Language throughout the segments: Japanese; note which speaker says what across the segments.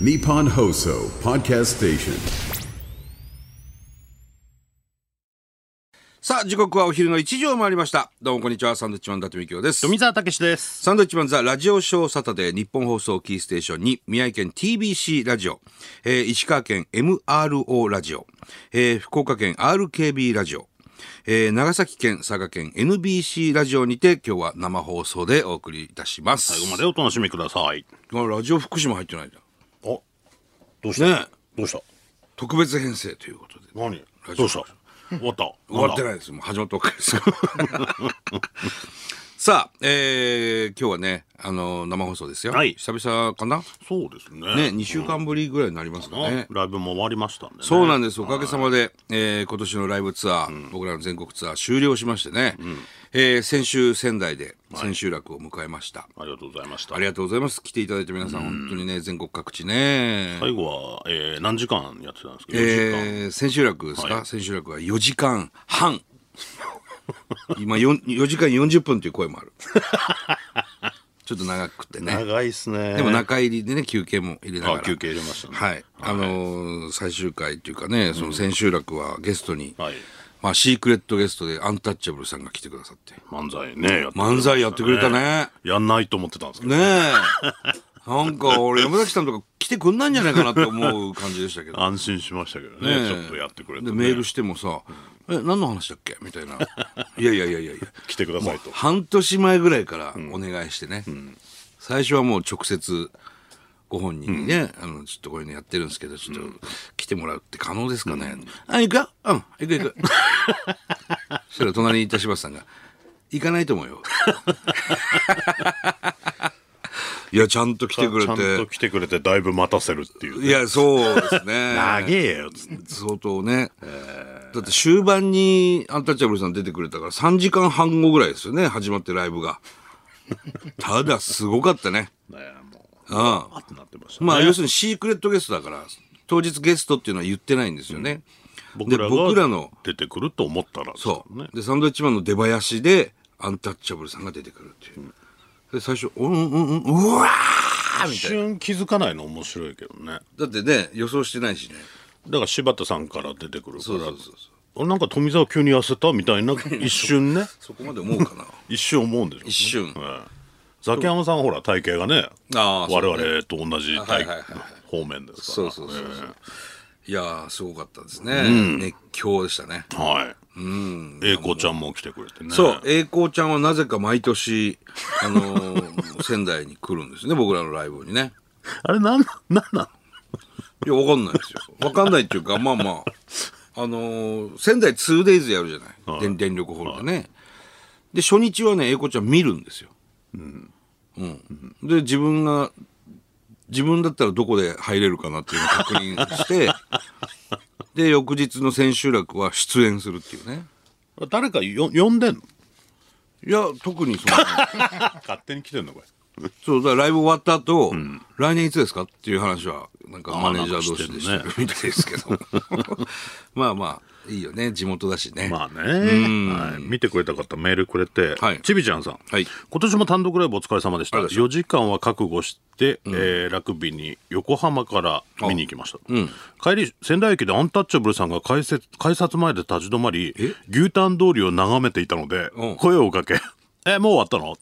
Speaker 1: Nippon Hoso Podcast Station.
Speaker 2: さあ、時刻はお昼の1時を回りました。どうもこんにちは。サンドウィッチマン伊達美京です。
Speaker 3: 富澤たけしです。
Speaker 2: サンドウィッチマンザラジオショーサタデー日本放送キーステーションに宮城県 TBC ラジオ、えー石川県 MRO ラジオ、えー福岡県 RKB ラジオ、えー長崎県佐賀県 NBC ラジオにて今日は生放送でお送りいたします。
Speaker 3: 最後までお楽しみください。
Speaker 2: あラジオ福島入ってないんだ。
Speaker 3: お、どうした、
Speaker 2: ねえ
Speaker 3: どうした
Speaker 2: 特別編成ということで。
Speaker 3: 何
Speaker 2: オ
Speaker 3: どうした終わった。
Speaker 2: 終わってないいです。もう始まったばっかりですから。さあ、えー今日はね、あの生放送ですよ。
Speaker 3: はい
Speaker 2: 久々かな
Speaker 3: そうですね。
Speaker 2: ね、2週間ぶりぐらいになりますか
Speaker 3: あ
Speaker 2: ね。
Speaker 3: ライブも終わりましたんでね。
Speaker 2: そうなんんです。おかげさまで、えー今年のライブツアー、僕らの全国ツアー終了しましてね、えー先週仙台で千秋楽を迎えました。
Speaker 3: ありがとうございました
Speaker 2: あ。りがとうございます。来ていただいた皆さん、本当にね、全国各地ね。
Speaker 3: 最後は、えー、何時間やってたんですか ?4 時間。
Speaker 2: えー千秋楽ですか、
Speaker 3: はい
Speaker 2: 千秋楽は4時間半 今 4, 4時間40分という声もあ るちょっと長くてね
Speaker 3: 長いですね。
Speaker 2: でも中入りでね休憩も入れながら
Speaker 3: あ休憩入れましたね
Speaker 2: はい、あのー最終回というかねその千秋楽はゲストに、
Speaker 3: はい
Speaker 2: まあ、シークレットゲストでアンタッチャブルさんが来てくださって
Speaker 3: 漫才ね。やってくれましたね
Speaker 2: 漫才やってくれた。ね
Speaker 3: やんないと思ってたんですけど。
Speaker 2: ねえなんか俺山崎さんとか来てくんないんじゃないかなって思う感じでしたけど
Speaker 3: 安心しましたけど
Speaker 2: ね
Speaker 3: ね。ちょっとやってくれて、ね。
Speaker 2: でメールしてもさ「え何の話だっけ?」みたい な「いやいやいやいやいや
Speaker 3: 来てくださいと。
Speaker 2: 半年前ぐらいからお願いしてね、最初はもう直接ご本人にね、あのちょっとこういうのやってるんですけどちょっと来てもらうって可能ですかね、あ行くようん行く行く そしたら隣にいた柴田さんが「行かないと思う よ」いやちゃんと来てくれ
Speaker 3: ちゃんと
Speaker 2: て
Speaker 3: 来てくれて、だいぶ待たせるっていう、
Speaker 2: いやそうですね
Speaker 3: 長えよ、つって。
Speaker 2: 相当ね、だって終盤にアンタッチャブルさん出てくれたから3時間半後ぐらいですよね始まってライブが ただすごかったね
Speaker 3: ねも
Speaker 2: う
Speaker 3: う。
Speaker 2: ん
Speaker 3: あってなってました、ね。
Speaker 2: まあ要するにシークレットゲストだから当日ゲストっていうのは言ってないんですよね、
Speaker 3: 僕
Speaker 2: で
Speaker 3: らが
Speaker 2: 僕らの
Speaker 3: 出てくると思ったら、
Speaker 2: そう、
Speaker 3: ね。
Speaker 2: でサンドウィッチマンの出囃子でアンタッチャブルさんが出てくるっていう、で最初「うんうんうんうわー!」み
Speaker 3: 一
Speaker 2: たいな
Speaker 3: 瞬気づかないの面白いけどね。
Speaker 2: だってね予想してないしね
Speaker 3: だから柴田さんから出てくるから。
Speaker 2: そうそうそうそう
Speaker 3: 俺なんか富澤急に痩せた みたいな一瞬ね
Speaker 2: そこまで思うか な
Speaker 3: 一瞬思うんでしょう、ね、
Speaker 2: 一瞬
Speaker 3: ええザキヤマさんはほら体型がね
Speaker 2: ああそう
Speaker 3: 我
Speaker 2: ね
Speaker 3: 々と同じ
Speaker 2: はい
Speaker 3: 体
Speaker 2: はいはい
Speaker 3: 方面ですから
Speaker 2: そうそうそうそう
Speaker 3: え
Speaker 2: いやーすごかったですね、熱狂でしたね
Speaker 3: えはい英子ちゃんも来てくれてね
Speaker 2: そう、栄光ちゃんはなぜか毎年、あの ー仙台に来るんですね、僕らのライブにね。
Speaker 3: あれなんなんな
Speaker 2: い
Speaker 3: の
Speaker 2: や、わかんないですよ。わかんないっていうか、まあまあ、あのー仙台 2days やるじゃない、
Speaker 3: はい
Speaker 2: 電電力ホールでね。で、初日はね、栄光ちゃん見るんですよ。うん。で、自分が、自分だったらどこで入れるかなっていうのを確認 して、で、翌日の千秋楽は出演するっていうね。
Speaker 3: 誰かよ呼んでんの
Speaker 2: いや、特にその、
Speaker 3: 勝手に来てんのこれ
Speaker 2: そうだからライブ終わった後、来年いつですかっていう話はなんか
Speaker 3: あー
Speaker 2: マネージャー同士でして
Speaker 3: なん
Speaker 2: る
Speaker 3: か
Speaker 2: みたいですけど まあまあいいよね地元だしね、
Speaker 3: まあね、はい、見てくれた方メールくれて、
Speaker 2: はい
Speaker 3: ちびちゃんさん、
Speaker 2: はい
Speaker 3: 今年も単独ライブお疲れ様でした
Speaker 2: ありがとう
Speaker 3: 4時間は覚悟して、えーラグビーに横浜から見に行きました、帰り仙台駅でアンタッチャブルさんが改札改札前で立ち止まり牛タン通りを眺めていたので、
Speaker 2: うん
Speaker 3: 声をかけ 「えもう終わったの?」っ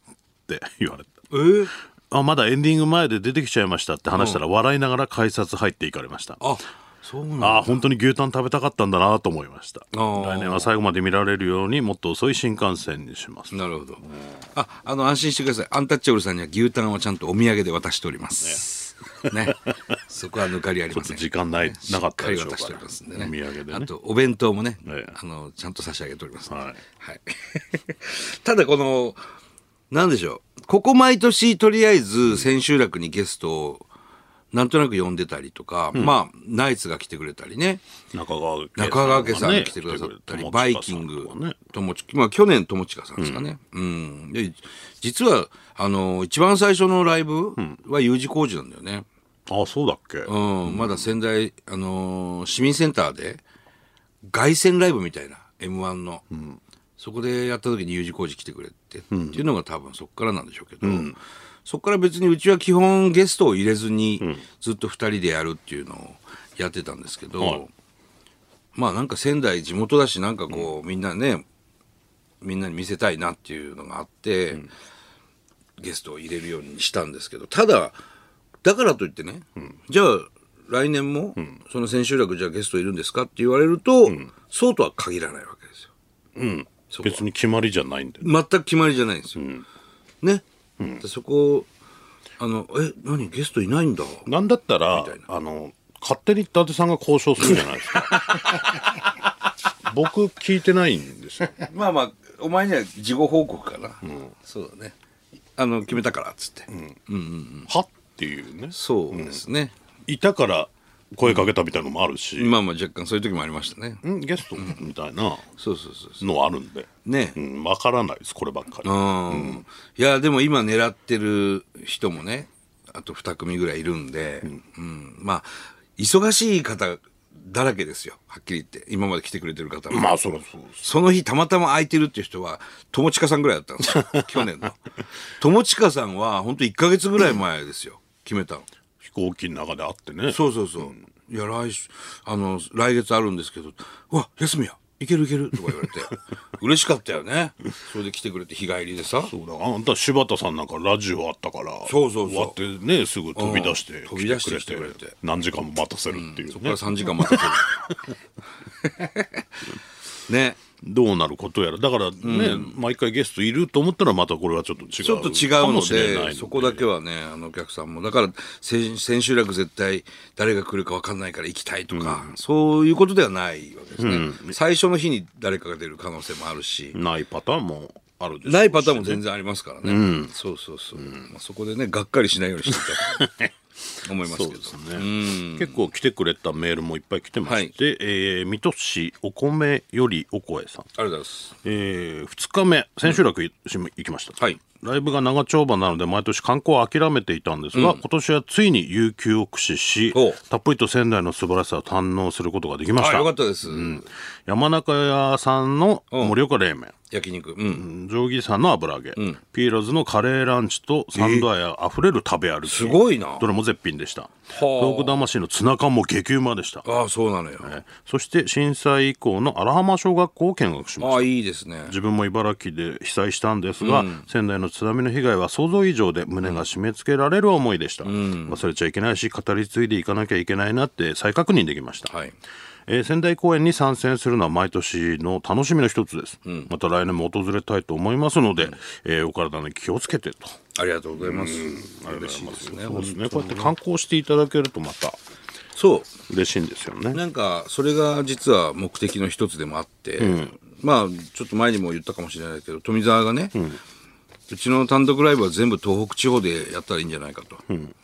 Speaker 3: て言われて。
Speaker 2: えー
Speaker 3: あまだエンディング前で出てきちゃいましたって話したら、笑いながら改札入っていかれました
Speaker 2: あそうなんだ
Speaker 3: ああ本当に牛タン食べたかったんだなと思いました
Speaker 2: あー
Speaker 3: 来年は最後まで見られるようにもっと遅い新幹線にします
Speaker 2: なるほどああの安心してくださいアンタッチャブルさんには牛タンをちゃんとお土産で渡しておりますねそこは抜かりありません
Speaker 3: 時間ないなかっ
Speaker 2: しったか
Speaker 3: で
Speaker 2: り
Speaker 3: しょう
Speaker 2: 渡
Speaker 3: か
Speaker 2: してお
Speaker 3: ら
Speaker 2: りますんでね
Speaker 3: お土産で
Speaker 2: あ
Speaker 3: ね
Speaker 2: とお弁当もね、
Speaker 3: ええ
Speaker 2: あのちゃんと差し上げております、
Speaker 3: はい
Speaker 2: はい、 ただこのなんでしょうここ毎年とりあえず千秋楽にゲストをなんとなく呼んでたりとか、まあナイツが来てくれたりね
Speaker 3: 中川家さん,、
Speaker 2: 中川家さんが来てくださったり、バイキング
Speaker 3: ね、
Speaker 2: 友近、まあ去年友近さんですかね。うん。で、実は、あの、一番最初のライブは U 字工事なんだよね。
Speaker 3: あそうだっけ、
Speaker 2: うん、まだ仙台、あのー市民センターで、凱旋ライブみたいな、M1 の。そこでやった時に U 字工事来てくれて、っていうのが多分そこからなんでしょうけど、そこから別にうちは基本ゲストを入れずに、ずっと2人でやるっていうのをやってたんですけど、
Speaker 3: はい
Speaker 2: まあなんか仙台地元だしなんかこう、みんなねみんなに見せたいなっていうのがあって、ゲストを入れるようにしたんですけどただだからといってね、じゃあ来年も、その千秋楽じゃあゲストいるんですかって言われると、そうとは限らないわけですよ。こ
Speaker 3: 別に決まりじゃないんで
Speaker 2: 全く決まりじゃないんですよ。ね、でそこあのえ何ゲストいないんだ
Speaker 3: なんだったらあの勝手に伊達さんが交渉するじゃないですか 僕聞いてないんですよ
Speaker 2: まあまあお前には事後報告かな、そうだねあの決めたからっつって、
Speaker 3: はっていうね
Speaker 2: そうですね、
Speaker 3: いたから声かけたみたいのもあるし、
Speaker 2: まあまあ若干そういう時もありましたね、
Speaker 3: ん、ゲストみたいな
Speaker 2: そうそうそうそ
Speaker 3: のあるんで、
Speaker 2: うね、
Speaker 3: うん、分からないですこればっかり
Speaker 2: うんいやでも今狙ってる人もねあと2組ぐらいいるんで、うんまあ忙しい方だらけですよはっきり言って今まで来てくれてる方も、
Speaker 3: まあそりゃそうです
Speaker 2: その日たまたま空いてるっていう人は友近さんぐらいだったんです よ去年の友近さんは本当1か月ぐらい前ですよ決めたの
Speaker 3: 飛行機の中で会ってね
Speaker 2: そうそうそう、いや来週あの来月あるんですけど「うわ休みやいけるいける」とか言われて嬉しかったよねそれで来てくれて日帰りでさ
Speaker 3: そうだあんた柴田さんなんかラジオあったから
Speaker 2: そうそうそう
Speaker 3: 終わってねすぐ飛び出して
Speaker 2: うん
Speaker 3: 来
Speaker 2: 飛び出してきて
Speaker 3: て
Speaker 2: く
Speaker 3: く
Speaker 2: れ
Speaker 3: れ
Speaker 2: て
Speaker 3: て何時間も待たせるっていう
Speaker 2: そこか
Speaker 3: ね
Speaker 2: ら、3時間待たせ るね
Speaker 3: どうなることやらだからね、毎回ゲストいると思ったらまたこれはちょっと違う
Speaker 2: ちょっと違
Speaker 3: か
Speaker 2: うの
Speaker 3: もしれ
Speaker 2: で
Speaker 3: ないので
Speaker 2: そこだけはねあのお客さんもだから千千秋楽絶対誰が来るか分かんないから行きたいとか、そういうことではないわけですね、最初の日に誰かが出る可能性もあるし
Speaker 3: ないパターンもあるでしょうし
Speaker 2: ないパターンも全然ありますからね、そうそうそう、まあ、そこでねがっかりしないようにしていきたいと思いますけ
Speaker 3: そ
Speaker 2: ど
Speaker 3: うですね、結構来てくれたメールもいっぱい来てまして、えー水戸市お米よりお声さん、
Speaker 2: ありがとうございます
Speaker 3: え2日目千秋楽いし行きました、
Speaker 2: はい
Speaker 3: ライブが長丁場なので毎年観光を諦めていたんですが、今年はついに有給を駆使し
Speaker 2: お
Speaker 3: たっぷりと仙台の素晴らしさを堪能することができまし
Speaker 2: あ
Speaker 3: た
Speaker 2: よかったです、
Speaker 3: 山中屋さんの盛岡冷麺
Speaker 2: 焼肉うん
Speaker 3: 定規さんの油揚げ、ピーローズのカレーランチとサンドアイあふれる食べ歩き
Speaker 2: すごいな
Speaker 3: どれも絶品でした東北魂のツナ缶も激うまでした
Speaker 2: ああそうなのよ、
Speaker 3: そして震災以降の荒浜小学校を見学しまし
Speaker 2: あ
Speaker 3: た
Speaker 2: あいいですね
Speaker 3: 自分も茨城で被災したんですが、仙台の津波の被害は想像以上で胸が締め付けられる思いでした、忘れちゃいけないし語り継いでいかなきゃいけないなって再確認できました、
Speaker 2: はい
Speaker 3: えー仙台公演に参戦するのは毎年の楽しみの一つです、また来年も訪れたいと思いますので、えーお体に気をつけてと
Speaker 2: ありがとうございます、嬉しいですね
Speaker 3: そうですねこうやって観光していただけるとまた
Speaker 2: そう
Speaker 3: 嬉しいんですよね
Speaker 2: なんかそれが実は目的の一つでもあって、まあちょっと前にも言ったかもしれないけど富澤がね、うちの単独ライブは全部東北地方でやったらいいんじゃないかと、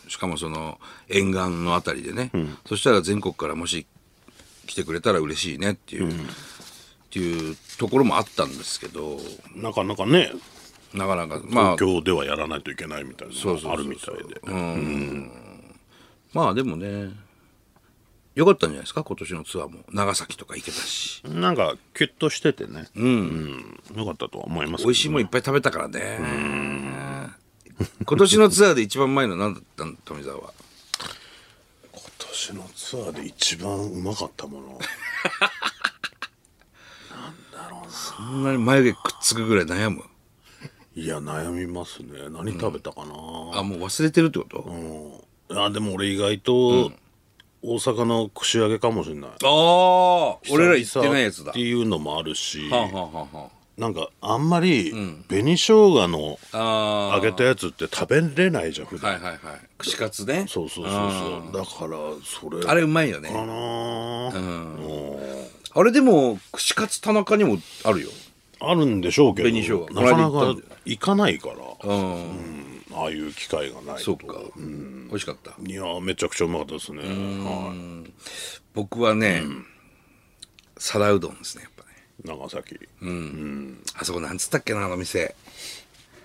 Speaker 2: しかもその沿岸のあたりでね、そしたら全国からもし来てくれたら嬉しいねっていう、っていうところもあったんですけど
Speaker 3: なかなかね
Speaker 2: なかなかまあ
Speaker 3: 東京ではやらないといけないみたいな
Speaker 2: そうそうそう
Speaker 3: のがあるみたいで
Speaker 2: まあでもねよかったんじゃないですか今年のツアーも長崎とか行けたし
Speaker 3: なんかキュッとしててね、うんよかったとは思いますけど
Speaker 2: 美味しいもんいっぱい食べたからね今年のツアーで一番前の何だったの富澤は
Speaker 3: 今年のツアーで一番うまかったもの
Speaker 2: そんなに眉毛くっつくぐらい悩む
Speaker 3: いや悩みますね何食べたかな、
Speaker 2: あもう忘れてるってこと、
Speaker 3: あでも俺意外と大阪の串揚げかもしれない
Speaker 2: ああ俺ら行ってないやつだ
Speaker 3: っていうのもあるし、
Speaker 2: はんはんはんはん
Speaker 3: なんかあんまり紅生姜の
Speaker 2: あ
Speaker 3: 揚げたやつって食べれないじゃん普
Speaker 2: あ
Speaker 3: 段、
Speaker 2: はいはいはい串カツね
Speaker 3: そうそうそうそうだからそれ
Speaker 2: あれうまいよね
Speaker 3: かなあ、
Speaker 2: あれでも串カツ田中にもあるよ
Speaker 3: あるんでしょうけど
Speaker 2: 紅生姜
Speaker 3: なかな
Speaker 2: この間行
Speaker 3: か
Speaker 2: ったんだ
Speaker 3: 行かないから、
Speaker 2: うん、
Speaker 3: ああいう機会がないと
Speaker 2: そうか、美味しかった
Speaker 3: いやーめちゃくちゃうまかったですね、は
Speaker 2: 僕はね、皿うどんですねやっぱね
Speaker 3: い、長崎、
Speaker 2: あそこなんつったっけなあの店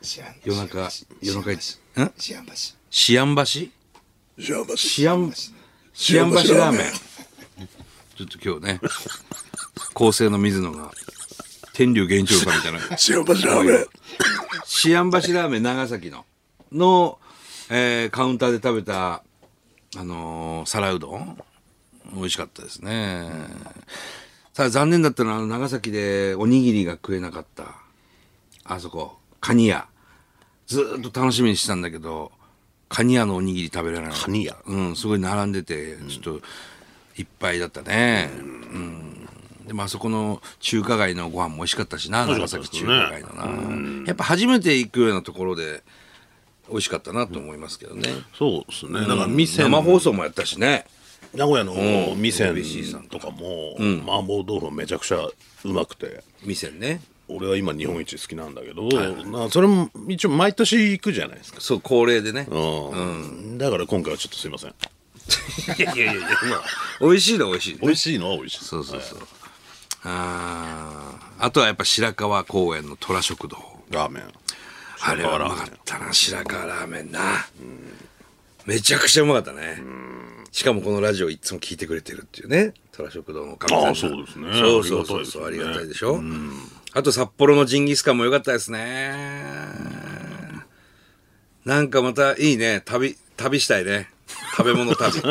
Speaker 4: シアン
Speaker 2: 夜中夜中一ん
Speaker 4: シアン橋。
Speaker 2: シアン橋
Speaker 3: じゃあまし
Speaker 2: シアン、シアン橋ラーメン。ちょっと今日ね、構成の水野が、天竜源一郎さんみたいな。
Speaker 3: じゃあましラーメン
Speaker 2: シアン橋ラーメン長崎の、の、えーカウンターで食べた、あのー皿うどん美味しかったですね。ただ残念だったのは、あの長崎でおにぎりが食えなかった、あそこ、カニ屋。ずーっと楽しみにしてたんだけど、カニ屋のおにぎり食べられなかった。
Speaker 3: カニ屋
Speaker 2: うん、すごい並んでて、ちょっといっぱいだったね。でもあそこの中華街のご飯も美味しかったしな
Speaker 3: 美味
Speaker 2: 長
Speaker 3: しかった
Speaker 2: 崎
Speaker 3: です
Speaker 2: 中
Speaker 3: ね
Speaker 2: 華街のなやっぱ初めて行くようなところで美味しかったなと思いますけどね、
Speaker 3: そうですね。だから店、
Speaker 2: 生放送もやったしね
Speaker 3: 名古屋の店
Speaker 2: ABC さん
Speaker 3: とかも、麻婆豆腐めちゃくちゃうまくて、
Speaker 2: 店ね
Speaker 3: 俺は今日本一好きなんだけど、なそれも一応毎年行くじゃないですか。
Speaker 2: そう恒例でね、
Speaker 3: うん。だから今回はちょっとすいません。
Speaker 2: いやいやいやいやまあ美味しいのは美味しい、ね、
Speaker 3: 美味しいのは美味しい。
Speaker 2: そうそうそう、あーあとはやっぱ白川公園の虎食堂
Speaker 3: ラーメン。
Speaker 2: あれはうまかったな白川ラーメンな、めちゃくちゃうまかったね、しかもこのラジオいつも聞いてくれてるっていうね虎食堂のおかみさんが
Speaker 3: ああそうですね
Speaker 2: そうそうそうそうあ
Speaker 3: あ
Speaker 2: り
Speaker 3: り
Speaker 2: が
Speaker 3: が
Speaker 2: た
Speaker 3: た
Speaker 2: い
Speaker 3: い
Speaker 2: で
Speaker 3: で
Speaker 2: しょ、あと札幌のジンギスカンも良かったですね、なんかまたいいね旅旅したいね食べ物 旅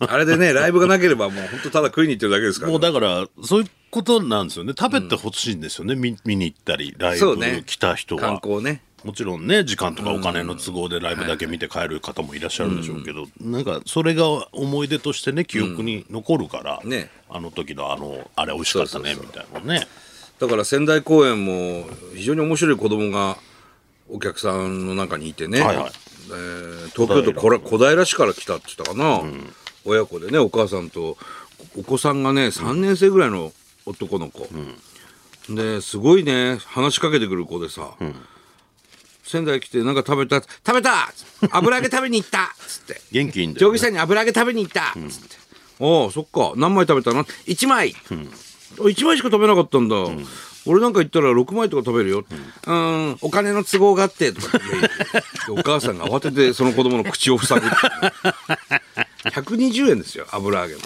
Speaker 2: あれでねライブがなければもう本当ただ食いに行ってるだけですからね、
Speaker 3: もうだから、そういうことなんですよね。食べてほしいんですよね。見見に行ったり、ライ
Speaker 2: そう
Speaker 3: ブ
Speaker 2: ね
Speaker 3: 来た人
Speaker 2: 観
Speaker 3: は。
Speaker 2: 光ね
Speaker 3: もちろんね時間とかお金の都合でライブだけ見て帰る方もいらっしゃるんでしょうけど、なんかそれが思い出としてね記憶に残るから、
Speaker 2: んね
Speaker 3: あの時のあのあれ美味しかったね
Speaker 2: そう
Speaker 3: みたいなね
Speaker 2: だから仙台公演も非常に面白い子供がお客さんの中にいてね、
Speaker 3: はいはい
Speaker 2: えー東京都小ら小平市から来たって言ったかな、親子でねお母さんとお子さんがね3年生ぐらいの男の子、ですごいね話しかけてくる子でさ、仙台来てなんか食べた食べた油揚げ食べに行ったっつって
Speaker 3: 元気いいんだ
Speaker 2: 常
Speaker 3: よ、
Speaker 2: 義
Speaker 3: ね、
Speaker 2: さんに油揚げ食べに行ったっつって「ああそっか何枚食べたの ?1 枚、あ一1枚しか食べなかったんだ、俺なんか言ったら6枚とか食べるよ」うん、んお金の都合があ って」とか言っていやいやお母さんが慌ててその子供の口を塞ぐっていう120円ですよ油揚げも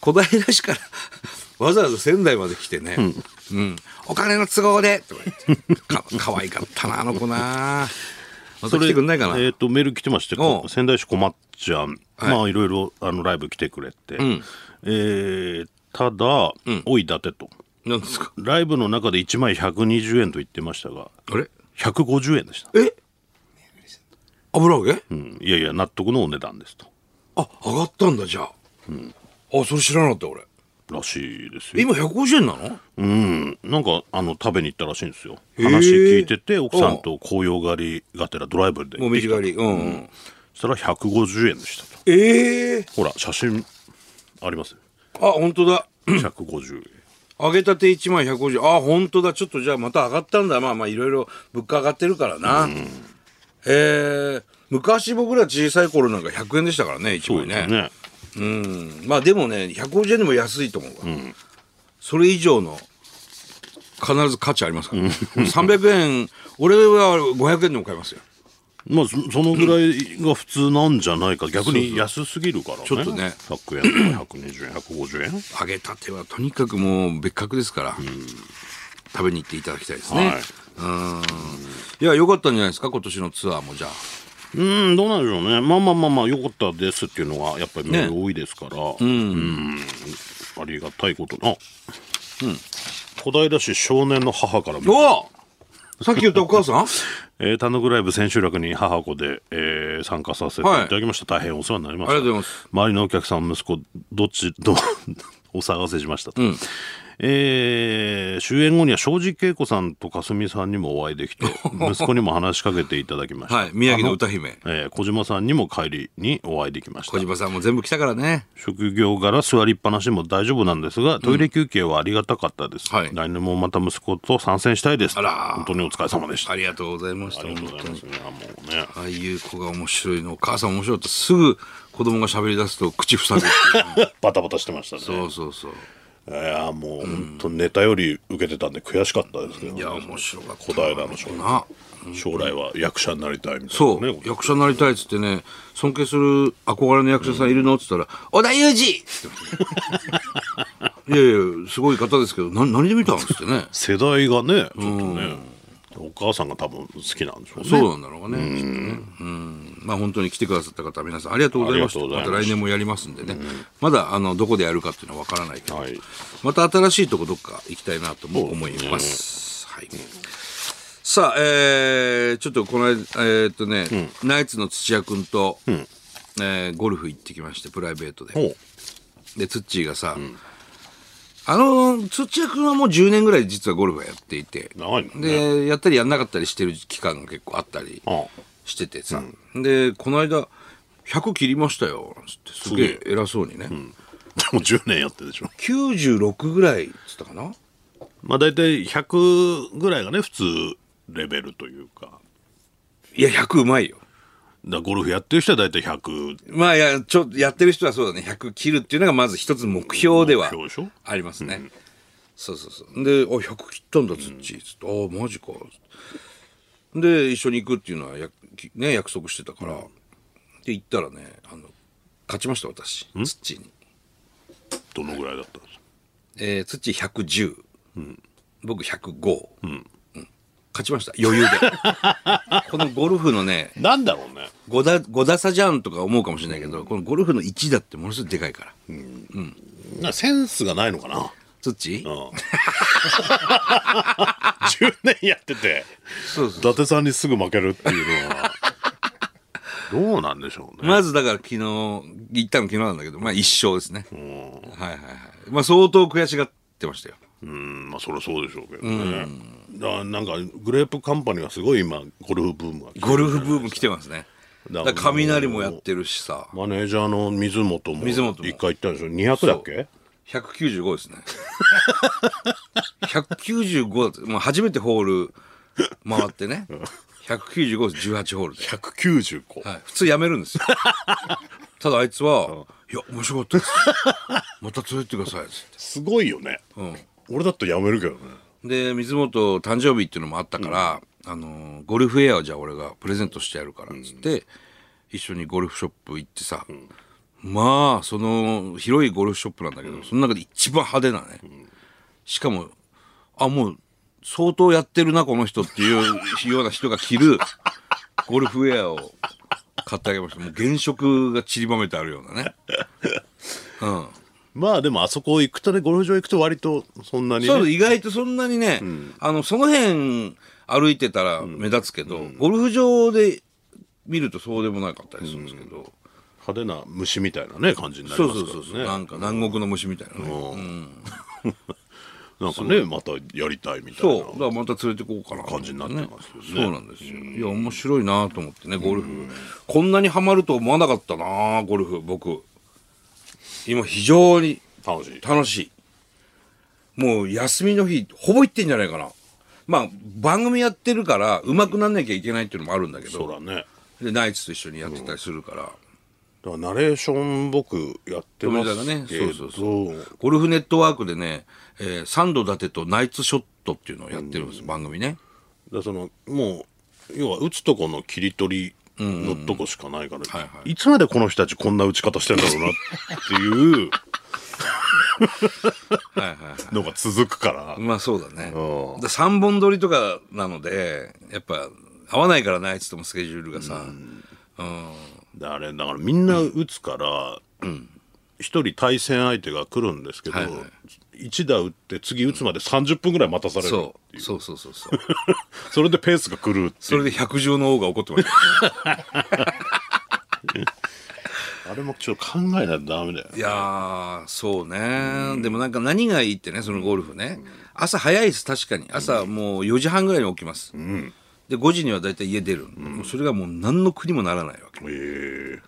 Speaker 2: 小平市から わざわざ仙台まで来てね「うんお金の都合で」とか言ってか可愛かったなあの子 なまた来てくんないかな、
Speaker 3: えっ、とメール来てまして
Speaker 2: おう
Speaker 3: 仙台市こまっちゃん、まあいろいろあのライブ来てくれて、えーただ、おいだてと
Speaker 2: なんですか
Speaker 3: ライブの中で1枚120円と言ってましたが
Speaker 2: あれ
Speaker 3: 150円でした、
Speaker 2: え油揚げ、
Speaker 3: うん、いやいや納得のお値段ですと
Speaker 2: あ上がったんだじゃあ、あそれ知らなかった俺
Speaker 3: らしいですよ
Speaker 2: 今150円なの
Speaker 3: うん、なんかあの食べに行ったらしいんですよ
Speaker 2: へー
Speaker 3: 話聞いてて奥さんと紅葉狩りがてらドライブで
Speaker 2: も
Speaker 3: 行
Speaker 2: う
Speaker 3: ってきた
Speaker 2: 短りうん、うん、
Speaker 3: そしたら150円でしたと
Speaker 2: ええ
Speaker 3: ほら写真あります
Speaker 2: あ本当だ
Speaker 3: 150円
Speaker 2: 揚げたて1枚150あ本当だちょっとじゃあまた上がったんだまあまあいろいろ物価上がってるからな、へえ昔僕ら小さい頃なんか100円でしたからね1枚ね
Speaker 3: ね
Speaker 2: うんまあでもね150円でも安いと思うわ、それ以上の必ず価値ありますから、300円 俺は500円でも買いますよ
Speaker 3: まあそそのぐらいが普通なんじゃないか逆に安すぎるからね
Speaker 2: そうそうちょっとね
Speaker 3: 100円とか120円150円
Speaker 2: 揚げたてはとにかくもう別格ですから、食べに行っていただきたいですね、
Speaker 3: はい
Speaker 2: い、や良かったんじゃないですか今年のツアーもじゃあ
Speaker 3: うんどうなんでしょうねまあまあまあまあよかったですっていうのがやっぱりメール多いですから、うんありがたいことあ、うん、小平市少年の母からも
Speaker 2: おさっき言ったお母 さん
Speaker 3: えー、単独ライブ千秋楽に母子で、えー参加させていただきました、大変お世話になりました
Speaker 2: ありがとうございます
Speaker 3: 周りのお客さん息子どっちど お騒がせしましたと、えー終演後には庄司恵子さんとかすみさんにもお会いでき て息子にも話しかけていただきました、
Speaker 2: はい宮城の歌姫
Speaker 3: あのえー小島さんにも帰りにお会いできました
Speaker 2: 小島さんも全部来たからね
Speaker 3: 職業柄座りっぱなしも大丈夫なんですがトイレ休憩はありがたかったです、
Speaker 2: はい
Speaker 3: 来年もまた息子と参戦したいです
Speaker 2: あら
Speaker 3: 本当にお疲れ様でした
Speaker 2: ありがとうございまし
Speaker 3: あ
Speaker 2: た
Speaker 3: りがとうございますいやもうね
Speaker 2: ああいう子が面白いのお母さん面白いってすぐ子供が喋り出すと口塞ぐっていうね
Speaker 3: バタバタしてましたね
Speaker 2: そう そうそう
Speaker 3: いやもう本当ネタより受けてたんで悔しかったですけど、ね、
Speaker 2: いや面白かった
Speaker 3: 小平の将来
Speaker 2: な
Speaker 3: 将来は役者になりたいみたい
Speaker 2: そ
Speaker 3: な
Speaker 2: う、
Speaker 3: ね
Speaker 2: 役者になりたいっつってね尊敬する憧れの役者さんいるのっつったら「織田裕 二!」 いやいやすごい方ですけどな何で見たんっつってね
Speaker 3: 世代がねちょっとねお母さんが多分好きなんでしょうね
Speaker 2: そうなんだろうね。きっとねうん。まあ本当に来てくださった方、皆さんありがとうございました。
Speaker 3: ありが
Speaker 2: ま
Speaker 3: とうござい
Speaker 2: た
Speaker 3: ます
Speaker 2: 来年もやりますんでね。まだ、あの、どこでやるかっていうのはわからないけど、
Speaker 3: はい
Speaker 2: また新しいとこどっか行きたいなとも思います。はい。さあ、えー、ちょっとこの間、えーっとね、ナイツの土屋くんと、えーゴルフ行ってきまして、プライベートで。
Speaker 3: ほう
Speaker 2: で、ツッチーがさ、あの、土屋くんはもう10年ぐらい実はゴルフはやっていて、
Speaker 3: 長いのね
Speaker 2: で、やったりやんなかったりしてる期間が結構あったり
Speaker 3: あ
Speaker 2: しててさ、で、この間、100切りましたよ、つって、すげえ偉そうにね、
Speaker 3: でも10年やってるでしょ
Speaker 2: 96ぐらいっつったかな
Speaker 3: まあ大体100ぐらいがね普通レベルというか
Speaker 2: いや、100うまいよ。
Speaker 3: だゴルフやってる人は大体100
Speaker 2: まあ、いや、ちょ、やってる人はそうだね、100切るっていうのがまず一つ目標では
Speaker 3: 目標でしょ
Speaker 2: ありますね。そうそうそう。で、あ、100切ったんだ、つっちー。つって、あ、マジか。で、一緒に行くっていうのはや、ね、約束してたから。で、行ったらね、あの、勝ちました、私。つっちーに。
Speaker 3: どのぐらいだったんですか
Speaker 2: えー、つっちー110。僕105。うん勝ちました、余裕 で。このゴルフのね、
Speaker 3: なんだろうね
Speaker 2: 5打 ,5 打差じゃんとか思うかもしれないけど、このゴルフの1だってものすごいでかいから。
Speaker 3: なセンスがないのかな
Speaker 2: つっちー
Speaker 3: うん 10年やってて
Speaker 2: そうそう
Speaker 3: 伊達さんにすぐ負けるっていう のはどうなんでしょうね、
Speaker 2: まずだから昨日、行ったの昨日なんだけど、まあ一勝ですね。はいはいはい。まあ相当悔しがってましたよ。
Speaker 3: うんまあそりゃそうでしょうけどね、だからなんかグレープカンパニーはすごい今ゴルフブームが来てる
Speaker 2: ゴルフブーム来てますね。
Speaker 3: だ
Speaker 2: だから雷もやってるしさ、
Speaker 3: マネージャーの水本も
Speaker 2: 水本も
Speaker 3: 一回行ったんでしょ200だっけ
Speaker 2: 195ですね。195だって、まあ初めてホール回ってね。195です、18ホールで。
Speaker 3: 190個、
Speaker 2: はい、普通やめるんですよ。ただあいつは、いや、面白かったです。また連れてってください。つって
Speaker 3: すごいよね、俺だったらやめるけどね
Speaker 2: で水本誕生日っていうのもあったから、あのゴルフウェアをじゃあ俺がプレゼントしてやるからっつって、一緒にゴルフショップ行ってさ、まあその広いゴルフショップなんだけど、その中で一番派手なね、しかもあもう相当やってるなこの人っていう ような人が着るゴルフウェアを買ってあげましたもう原色が散りばめてあるようなね、うん、
Speaker 3: まあでもあそこ行くとねゴルフ場行くと割とそんなに、ね、
Speaker 2: そう意外とそんなにね、あのその辺歩いてたら目立つけど、ゴルフ場で見るとそうでもなかったりするんですけど、
Speaker 3: 派手な虫みたいなね感じになり
Speaker 2: そ
Speaker 3: ま
Speaker 2: う
Speaker 3: すか
Speaker 2: そ
Speaker 3: ら
Speaker 2: う
Speaker 3: ね
Speaker 2: そうそう、なんか南国の虫みたいなね、
Speaker 3: なんかねまたやりたいみたい
Speaker 2: そう
Speaker 3: な
Speaker 2: だからまた連れてこうかな
Speaker 3: 感じになってますよね
Speaker 2: そうなんですよいや面白いなと思ってねゴルフ、こんなにハマると思わなかったなゴルフ僕今非常に
Speaker 3: 楽しい
Speaker 2: 楽しい。もう休みの日、ほぼ行ってんじゃないかな。まあ、番組やってるから、上手くなんなきゃいけないっていうのもあるんだけ
Speaker 3: そう
Speaker 2: ど、
Speaker 3: だね
Speaker 2: で、ナイツと一緒にやってたりするから、
Speaker 3: だからナレーション僕やってま
Speaker 2: 富澤が
Speaker 3: すけど、
Speaker 2: ねそうそう
Speaker 3: そう
Speaker 2: ゴルフネットワークでね、えーサンド立てとナイツショットっていうのをやってるんです、番組ね。
Speaker 3: だからそのもう要は打つとこの切り取りのとこしかないから、
Speaker 2: はい
Speaker 3: い
Speaker 2: はい
Speaker 3: つまでこの人たちこんな打ち方してんだろうなっていう
Speaker 2: はいはいはい。
Speaker 3: のが続くから
Speaker 2: まあそうだね。だ
Speaker 3: うん
Speaker 2: 3本撮りとかなので、やっぱ合わないからナイツともスケジュールがさ、
Speaker 3: であれだからみんな打つから一、人対戦相手が来るんですけど、
Speaker 2: はいは
Speaker 3: 一打打って次打つまで30分ぐらい待たされる、
Speaker 2: そう、そうそうそうそう。
Speaker 3: それでペースが来るって
Speaker 2: そ
Speaker 3: い
Speaker 2: れ
Speaker 3: う
Speaker 2: で百獣の王が怒ってました。
Speaker 3: あれもちょっと考えないとダメだよ
Speaker 2: いやー、そうね。でもなんか何がいいってね、そのゴルフね。朝早いです、確かに。朝もう4時半ぐらいに起きます。で、5時にはだいたい家出る。もうそれがもう何の苦にもならないわけ。
Speaker 3: ええ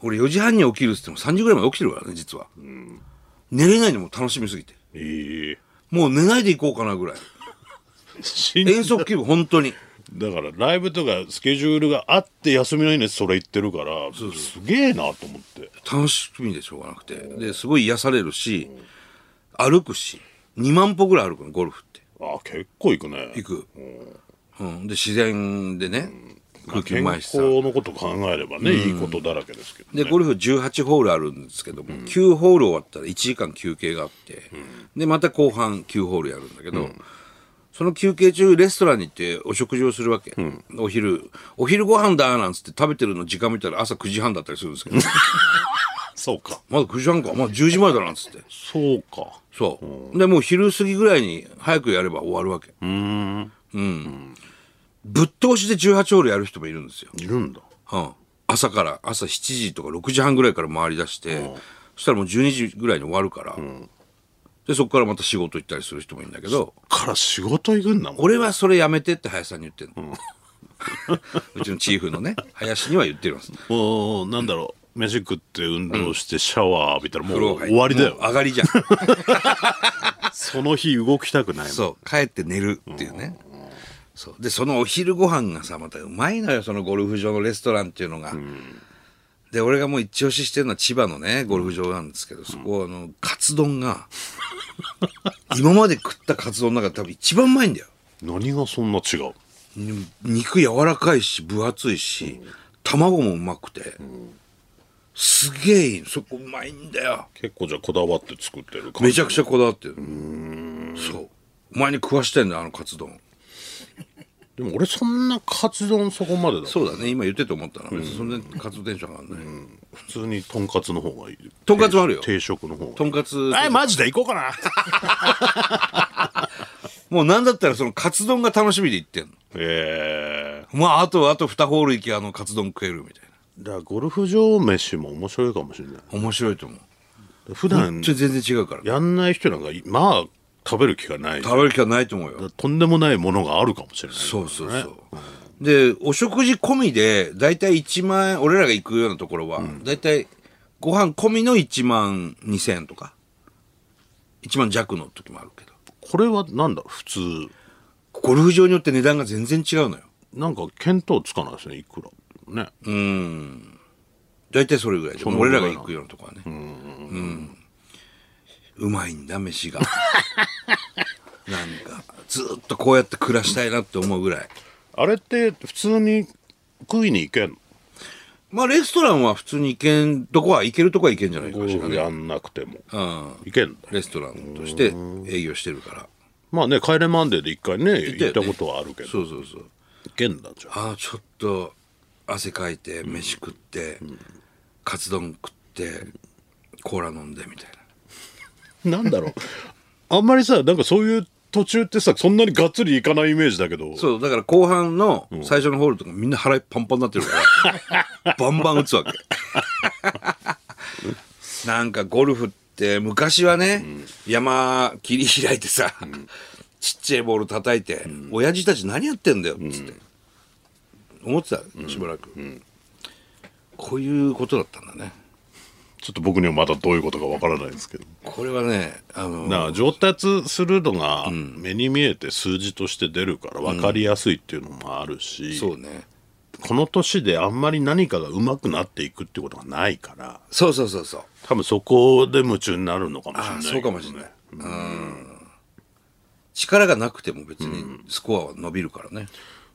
Speaker 2: 俺4時半に起きるっつっても3時ぐらいまで起きてるからね、実は。寝れないのも楽しみすぎて。
Speaker 3: ええ
Speaker 2: もう寝ないでいこうかなぐらい。
Speaker 3: 信じ
Speaker 2: 遠足気分、本当に。
Speaker 3: だからライブとかスケジュールがあって休みの日にそれ行ってるからすげえなと思って
Speaker 2: 楽しみでしょうがなくて。で、すごい癒されるし、歩くし、2万歩ぐらい歩くの、ゴルフって。
Speaker 3: あ結構行くね
Speaker 2: 行く。うん。で、自然でね、空気う
Speaker 3: 健
Speaker 2: まいし
Speaker 3: 康
Speaker 2: さ。
Speaker 3: のこと考えればね、いいことだらけですけど、ね、
Speaker 2: で、ゴルフ18ホールあるんですけども、9ホール終わったら1時間休憩があって、で、また後半9ホールやるんだけど、その休憩中レストランに行ってお食事をするわけ、お昼お昼ご飯だなんつって食べてるの時間見たら朝9時半だったりするんですけど
Speaker 3: そうか
Speaker 2: まだ9時半かまだ10時前だなんつって
Speaker 3: そうか
Speaker 2: そうでもう昼過ぎぐらいに早くやれば終わるわけうんぶっ通しで18ホールやる人もいるんですよ、
Speaker 3: いるんだ
Speaker 2: うん、朝から朝7時とか6時半ぐらいから回り出して、そしたらもう12時ぐらいに終わるから、でそこからまた仕事行ったりする人もいるんだけど
Speaker 3: から仕事行くんだもん
Speaker 2: 俺はそれやめてって林さんに言ってるの、 うちのチーフのね林には言ってます
Speaker 3: もうなんだろう飯食って運動してシャワー浴びたらも
Speaker 2: 風呂
Speaker 3: う
Speaker 2: 入って
Speaker 3: 終わりだよ
Speaker 2: もう上がりじゃん
Speaker 3: その日動きたくないもん
Speaker 2: そう帰って寝るっていうねそうでそのお昼ご飯がさまたうまいのよそのゴルフ場のレストランっていうのが、で俺がもう一押ししてるのは千葉のねゴルフ場なんですけどそこはあのカツ丼が今まで食ったカツ丼の中で多分一番うまいんだよ
Speaker 3: 何がそんな違う
Speaker 2: に肉柔らかいし分厚いし、卵もうまくて、すげえいいそこうまいんだよ
Speaker 3: 結構じゃあこだわって作ってる感
Speaker 2: め
Speaker 3: じ
Speaker 2: ちゃくちゃこだわってるそうお前に食わしてんだよあのカツ丼
Speaker 3: でも俺そんなカツ丼そこまでだ
Speaker 2: そうだね今言ってと思ったな別にそんなカツテンション上がんない、
Speaker 3: 普通にとんかつの方がいい
Speaker 2: とんかつもあるよ
Speaker 3: 定食の方が
Speaker 2: とんかつ
Speaker 3: えマジで行こうかな
Speaker 2: もうなんだったらそのカツ丼が楽しみで行ってんの
Speaker 3: ええ
Speaker 2: まああとあと2ホール行きあのカツ丼食えるみたい
Speaker 3: だからゴルフ場飯も面白いかもしれない
Speaker 2: な面白いと思う
Speaker 3: 普段
Speaker 2: ちょ全然違うから
Speaker 3: やんない人なんかいまあ食べる気がない
Speaker 2: 食べる気はないと思うよ
Speaker 3: とんでもないものがあるかもしれない
Speaker 2: そうそうそう。で、お食事込みで、だいたい1万円、俺らが行くようなところは、だいたいご飯込みの1万2千円とか、1万弱の時もあるけど、
Speaker 3: これはなんだ普通
Speaker 2: ゴルフ場によって値段が全然違うのよ。
Speaker 3: なんか見当つかないですねいくらね、
Speaker 2: だいたいそれぐらいで、
Speaker 3: んな
Speaker 2: 俺らが行くようなとこはね。うん。うまいんだ、飯が。 なんか、ずっとこうやって暮らしたいなって思うぐらい。
Speaker 3: あれって普通に食いに行けんの
Speaker 2: まあ、レストランは普通に行けん、どこは行けるとこは行けんじゃないか
Speaker 3: ゴ
Speaker 2: もしれ
Speaker 3: ル
Speaker 2: ない
Speaker 3: フ。やんなくても
Speaker 2: うん。
Speaker 3: 行けんだ
Speaker 2: レストランとして営業してるから
Speaker 3: まあね「帰れマンデー」で一回ね
Speaker 2: た
Speaker 3: 行
Speaker 2: よ
Speaker 3: っ
Speaker 2: ね
Speaker 3: たことはあるけど
Speaker 2: そうそうそう
Speaker 3: 行けんだじゃん
Speaker 2: ああちょっと汗かいて飯食って、カツ丼食ってコーラ飲んでみたいな
Speaker 3: なんだろうあんまりさなんかそういう途中ってさそんなにがっつり行かないイメージだけど
Speaker 2: そうだから後半の最初のホールとかみんな腹いパンパンになってるから、バンバン打つわけなんかゴルフって昔はね、山切り開いてさ、ちっちゃいボール叩いて、親父たち何やってんだよっつって、思ってたしばらく、こういうことだったんだね
Speaker 3: ちょっと僕にはまだどういうことかわからないですけど
Speaker 2: これはねあの
Speaker 3: だから上達するのが目に見えて数字として出るから分かりやすいっていうのもあるし、
Speaker 2: そうね
Speaker 3: この年であんまり何かが上手くなっていくってことがないから
Speaker 2: そうそうそうそう
Speaker 3: 多分そこで夢中になるのかもしれ
Speaker 2: あ
Speaker 3: な
Speaker 2: あ
Speaker 3: い
Speaker 2: そうかもしれない、うん、力がなくても別にスコアは伸びるからね、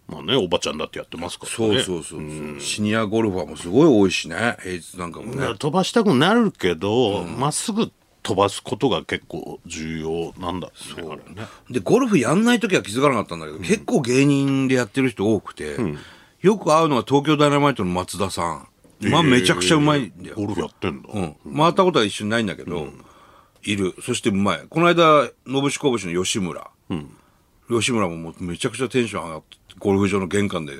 Speaker 3: まあねおばちゃんだってやってますから
Speaker 2: そう
Speaker 3: ね
Speaker 2: そうそうそう、シニアゴルファーもすごい多いしね平日なんかも
Speaker 3: だから
Speaker 2: ね
Speaker 3: 飛ばしたくなるけどま、っすぐ飛ばすことが結構重要なんだろうねあれね
Speaker 2: でゴルフやんない時は気づかなかったんだけど、結構芸人でやってる人多くて、よく会うのは東京ダイナマイトの松田さんまあめちゃくちゃうまいんだよ、
Speaker 3: ゴルフやってんだ、
Speaker 2: うん、回ったことは一緒にないんだけど、いるそしてうまいこの間信子節の吉村、吉村ももうめちゃくちゃテンション上がってゴルフ場の玄関で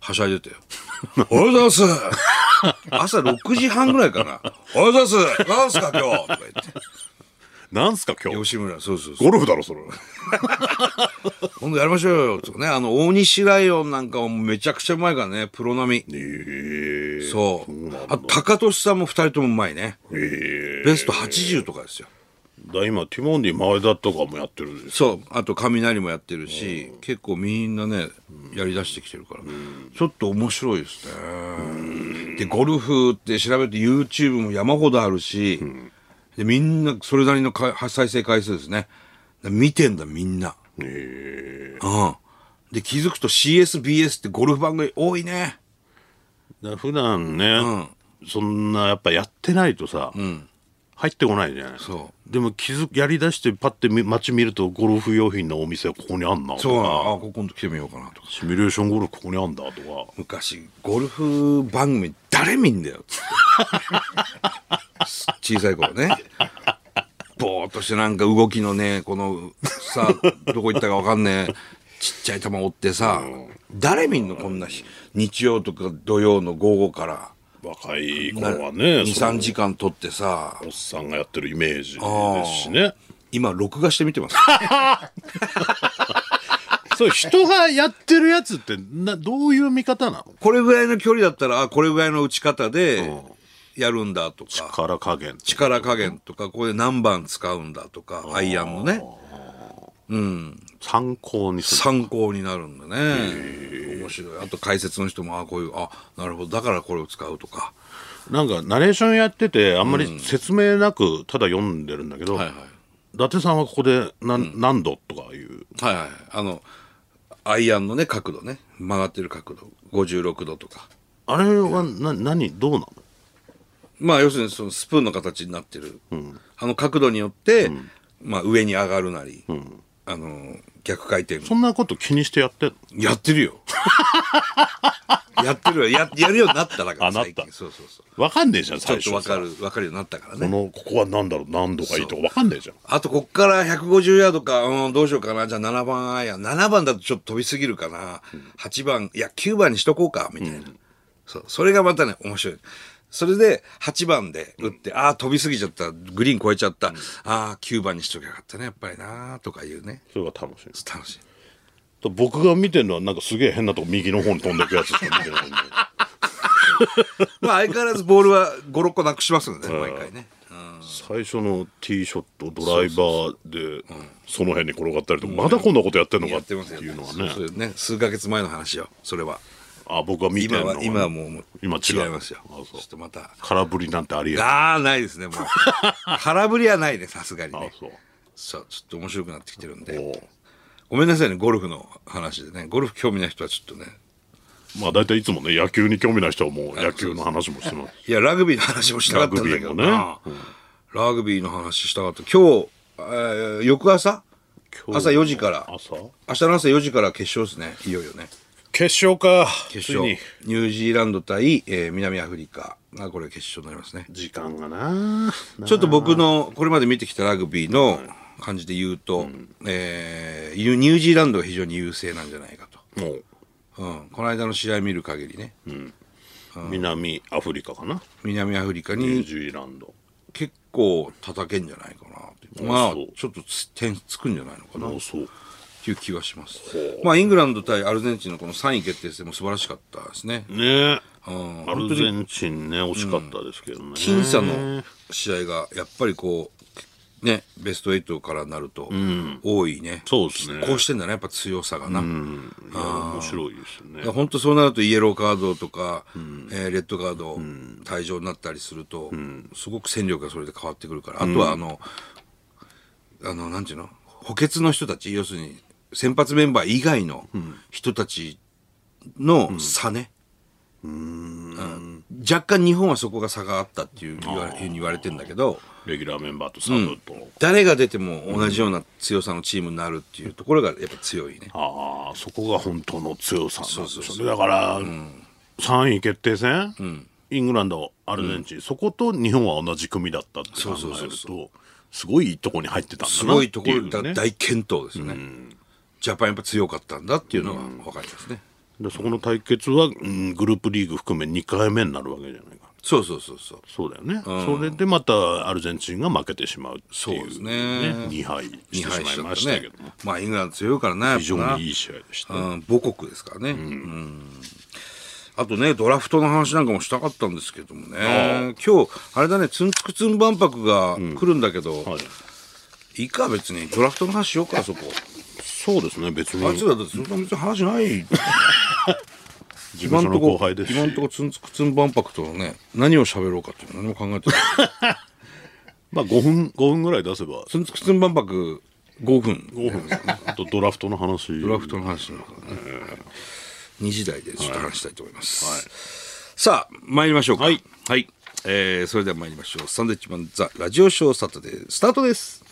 Speaker 2: はしゃいでたよ「おはようございます」 朝6時半ぐらいかな「おはようございます」「なんすか今日」とか
Speaker 3: なんすか今
Speaker 2: 言って
Speaker 3: 日
Speaker 2: 吉村そうそうそう
Speaker 3: ゴルフだろそれ
Speaker 2: 「今度やりましょうよ」とかねあの大西ライオンなんかはもうめちゃくちゃうまいからねプロ並み
Speaker 3: えー、
Speaker 2: そうあと高俊さんも2人ともうまいね
Speaker 3: えー
Speaker 2: ベスト80とかですよ
Speaker 3: だから今ティモンディ前田とかもやってるんです
Speaker 2: そうあと雷もやってるし、結構みんなねやりだしてきてるから、ちょっと面白いですね、でゴルフって調べて YouTube も山ほどあるし、でみんなそれなりのか再生回数ですねだ見てんだみんなうんで気づくと CSBS ってゴルフ番組多いね
Speaker 3: だから普段ね、そんなやっぱやってないとさ、入ってこないじゃない
Speaker 2: そ
Speaker 3: でも気づやりだしてパッてみ街見るとゴルフ用品のお店はここにあんな
Speaker 2: そうな
Speaker 3: とか
Speaker 2: のあここ今度来てみようかなとか
Speaker 3: シミュレーションゴルフここにあんだとか
Speaker 2: 昔ゴルフ番組誰見んだよっつって小さい頃ねぼーっとしてなんか動きのねこのさどこ行ったかわかんねえちっちゃい球追ってさ誰見んのこんな日日曜とか土曜の午後から
Speaker 3: 若い子はねそ
Speaker 2: 23
Speaker 3: の
Speaker 2: 時間撮ってさ
Speaker 3: おっさんがやってるイメージですしね
Speaker 2: 今録画して見てます
Speaker 3: そう人がやってるやつってなどういう見方なの
Speaker 2: これぐらいの距離だったらあこれぐらいの打ち方でやるんだとか
Speaker 3: 力加減
Speaker 2: 力加減とかここで何番使うんだとかアイアンのね
Speaker 3: 参考にする
Speaker 2: 参考になるんだね面白いあと解説の人もあこういうあなるほどだからこれを使うとか
Speaker 3: なんかナレーションやっててあんまり説明なくただ読んでるんだけど、
Speaker 2: はいはい
Speaker 3: 伊達さんはここで何,、何度とかいう
Speaker 2: はいはいあのアイアンのね角度ね曲がってる角度56度とか
Speaker 3: あれはな何どうなの
Speaker 2: まあ要するにそのスプーンの形になってる、あの角度によって、まあ、上に上がるなり、あの逆回転
Speaker 3: そんなこと気にしてやってんの
Speaker 2: やってるよ やってるよややるようになっただから
Speaker 3: あなった
Speaker 2: そうそうそう
Speaker 3: わかんねえじゃん
Speaker 2: ちょ
Speaker 3: 最
Speaker 2: っと
Speaker 3: 初
Speaker 2: 分
Speaker 3: さ
Speaker 2: かる分かるようになったから
Speaker 3: こ
Speaker 2: ね
Speaker 3: のここは何だろう何度がいいとかわかんねえじゃん
Speaker 2: あとこっから150ヤードか、うん、どうしようかなじゃあ7番アイアン7番だとちょっと飛びすぎるかな、8番いや9番にしとこうかみたいな、そうそれがまたね面白いそれで8番で打って、ああ飛びすぎちゃったグリーン越えちゃった、ああ9番にしときゃよかったねやっぱりなとかいうね
Speaker 3: それが楽しい
Speaker 2: 楽しい
Speaker 3: と僕が見てるのはなんかすげえ変なとこ右の方に飛んでいくやつしか見てないんで
Speaker 2: まあ相変わらずボールは56個なくしますので、ね、毎回ね
Speaker 3: 最初のティーショットドライバーでその辺に転がったりとかまだこんなことやってんのか
Speaker 2: やっ
Speaker 3: って
Speaker 2: てますよ
Speaker 3: いうのは
Speaker 2: そう
Speaker 3: ね
Speaker 2: そうね数ヶ月前の話よそれは
Speaker 3: あ僕が見て
Speaker 2: 今
Speaker 3: るの
Speaker 2: は
Speaker 3: は
Speaker 2: 今はもう
Speaker 3: 今違う
Speaker 2: 違いますよ
Speaker 3: あ
Speaker 2: ち
Speaker 3: そ
Speaker 2: ょ
Speaker 3: う
Speaker 2: っとまた
Speaker 3: 空振りなんてありえない
Speaker 2: ああないですね もう空振りはないねさすがに
Speaker 3: あ
Speaker 2: ね
Speaker 3: そう
Speaker 2: さあちょっと面白くなってきてるん
Speaker 3: お
Speaker 2: で
Speaker 3: う
Speaker 2: ごめんなさいねゴルフの話でねゴルフ興味ない人はちょっとね
Speaker 3: まあ大体いつもね野球に興味ない人はもう野球の話もしてます
Speaker 2: いやラグビーの話もしたかったんだけどな
Speaker 3: ラ
Speaker 2: ラグ,、ビーの話したかった今日、えー翌朝
Speaker 3: 今日
Speaker 2: 朝4時から
Speaker 3: 朝
Speaker 2: 明日の朝4時から決勝ですねいよいよね
Speaker 3: 決勝か
Speaker 2: 決勝ニ
Speaker 3: つい
Speaker 2: ュージーランド対、えー南アフリカがこれ決勝になりますね
Speaker 3: に時間がな
Speaker 2: ちょっと僕のこれまで見てきたラグビーの感じで言うと、えーニュージーランドが非常に優勢なんじゃないか
Speaker 3: もう
Speaker 2: と、うん、この間の試合見る限りね、
Speaker 3: 南アフリカかな
Speaker 2: 南アフリカ
Speaker 3: ニュー
Speaker 2: に
Speaker 3: ジーランド
Speaker 2: 結構叩けんじゃないかなっていう
Speaker 3: あ
Speaker 2: まあ
Speaker 3: そう
Speaker 2: ちょっと点つくんじゃないのかなっ
Speaker 3: あそう
Speaker 2: ていう気はします、まあ、イングランド対アルゼンチンのこの3位決定戦も素晴らしかったですね、
Speaker 3: ね
Speaker 2: うん
Speaker 3: アルゼンチンね惜しかったですけどね
Speaker 2: 僅差の試合がやっぱりこうねベスト8からなると多いね、
Speaker 3: そうですね
Speaker 2: こうしてんだねやっぱ強さがな、
Speaker 3: いや面白いですね
Speaker 2: 本当そうなるとイエローカードとか、えーレッドカード、退場になったりすると、すごく戦力がそれで変わってくるから、あとはあのあのなんていうの補欠の人たち要するに先発メンバー以外の人たちの差ね、うん若干日本はそこが差があったっていう言わふうに言われてんだけど
Speaker 3: レギュラーメンバーとサブと、
Speaker 2: 誰が出ても同じような強さのチームになるっていうところがやっぱ強いね。
Speaker 3: ああそこが本当の強さなんで
Speaker 2: そうそう
Speaker 3: すよねだから、3位決定戦、イングランドアルゼンチン、そこと日本は同じ組だったって考えると
Speaker 2: そうそうそうそ
Speaker 3: すごいいいとこに入ってたんだなっていう、ね、
Speaker 2: すごいところだ、大健闘ですよね、ジャパンやっぱ強かったんだっていうのが分かりますね、
Speaker 3: でそこの対決は、うんグループリーグ含め2回目になるわけじゃないか
Speaker 2: そうそうそうそう
Speaker 3: そうだよね、それでまたアルゼンチンが負けてしまうっていう,、
Speaker 2: そうですね
Speaker 3: 2敗して
Speaker 2: 2
Speaker 3: し
Speaker 2: 敗
Speaker 3: ま
Speaker 2: し
Speaker 3: い
Speaker 2: ちゃ
Speaker 3: ま
Speaker 2: っ
Speaker 3: したた
Speaker 2: ね
Speaker 3: けども
Speaker 2: まあイングランド強いからなやっぱな
Speaker 3: 非常にいい試合でした、
Speaker 2: うん、母国ですからね、うんあとねドラフトの話なんかもしたかったんですけどもね今日あれだねツンツクツン万博が来るんだけど、
Speaker 3: はい、
Speaker 2: い、いか別にドラフトの話しようかそこ、
Speaker 3: そうですね別
Speaker 2: あいつ
Speaker 3: に
Speaker 2: らだってそんな別に話ない
Speaker 3: 自分の後輩ですし
Speaker 2: 今んとこツンツクツン万博とのね何を喋ろうかっていうの何も考えてない
Speaker 3: まあ5分5分ぐらい出せば
Speaker 2: ツンツクツン万博5分
Speaker 3: 5分ですねあとドラフトの話
Speaker 2: ドラフトの話の方がね、2時台でちょっと話したいと思います、
Speaker 3: はい
Speaker 2: さあ参りましょうかはい、はいええーそれでは参りましょう。サンドウィッチマンザラジオショーサタデースタートです。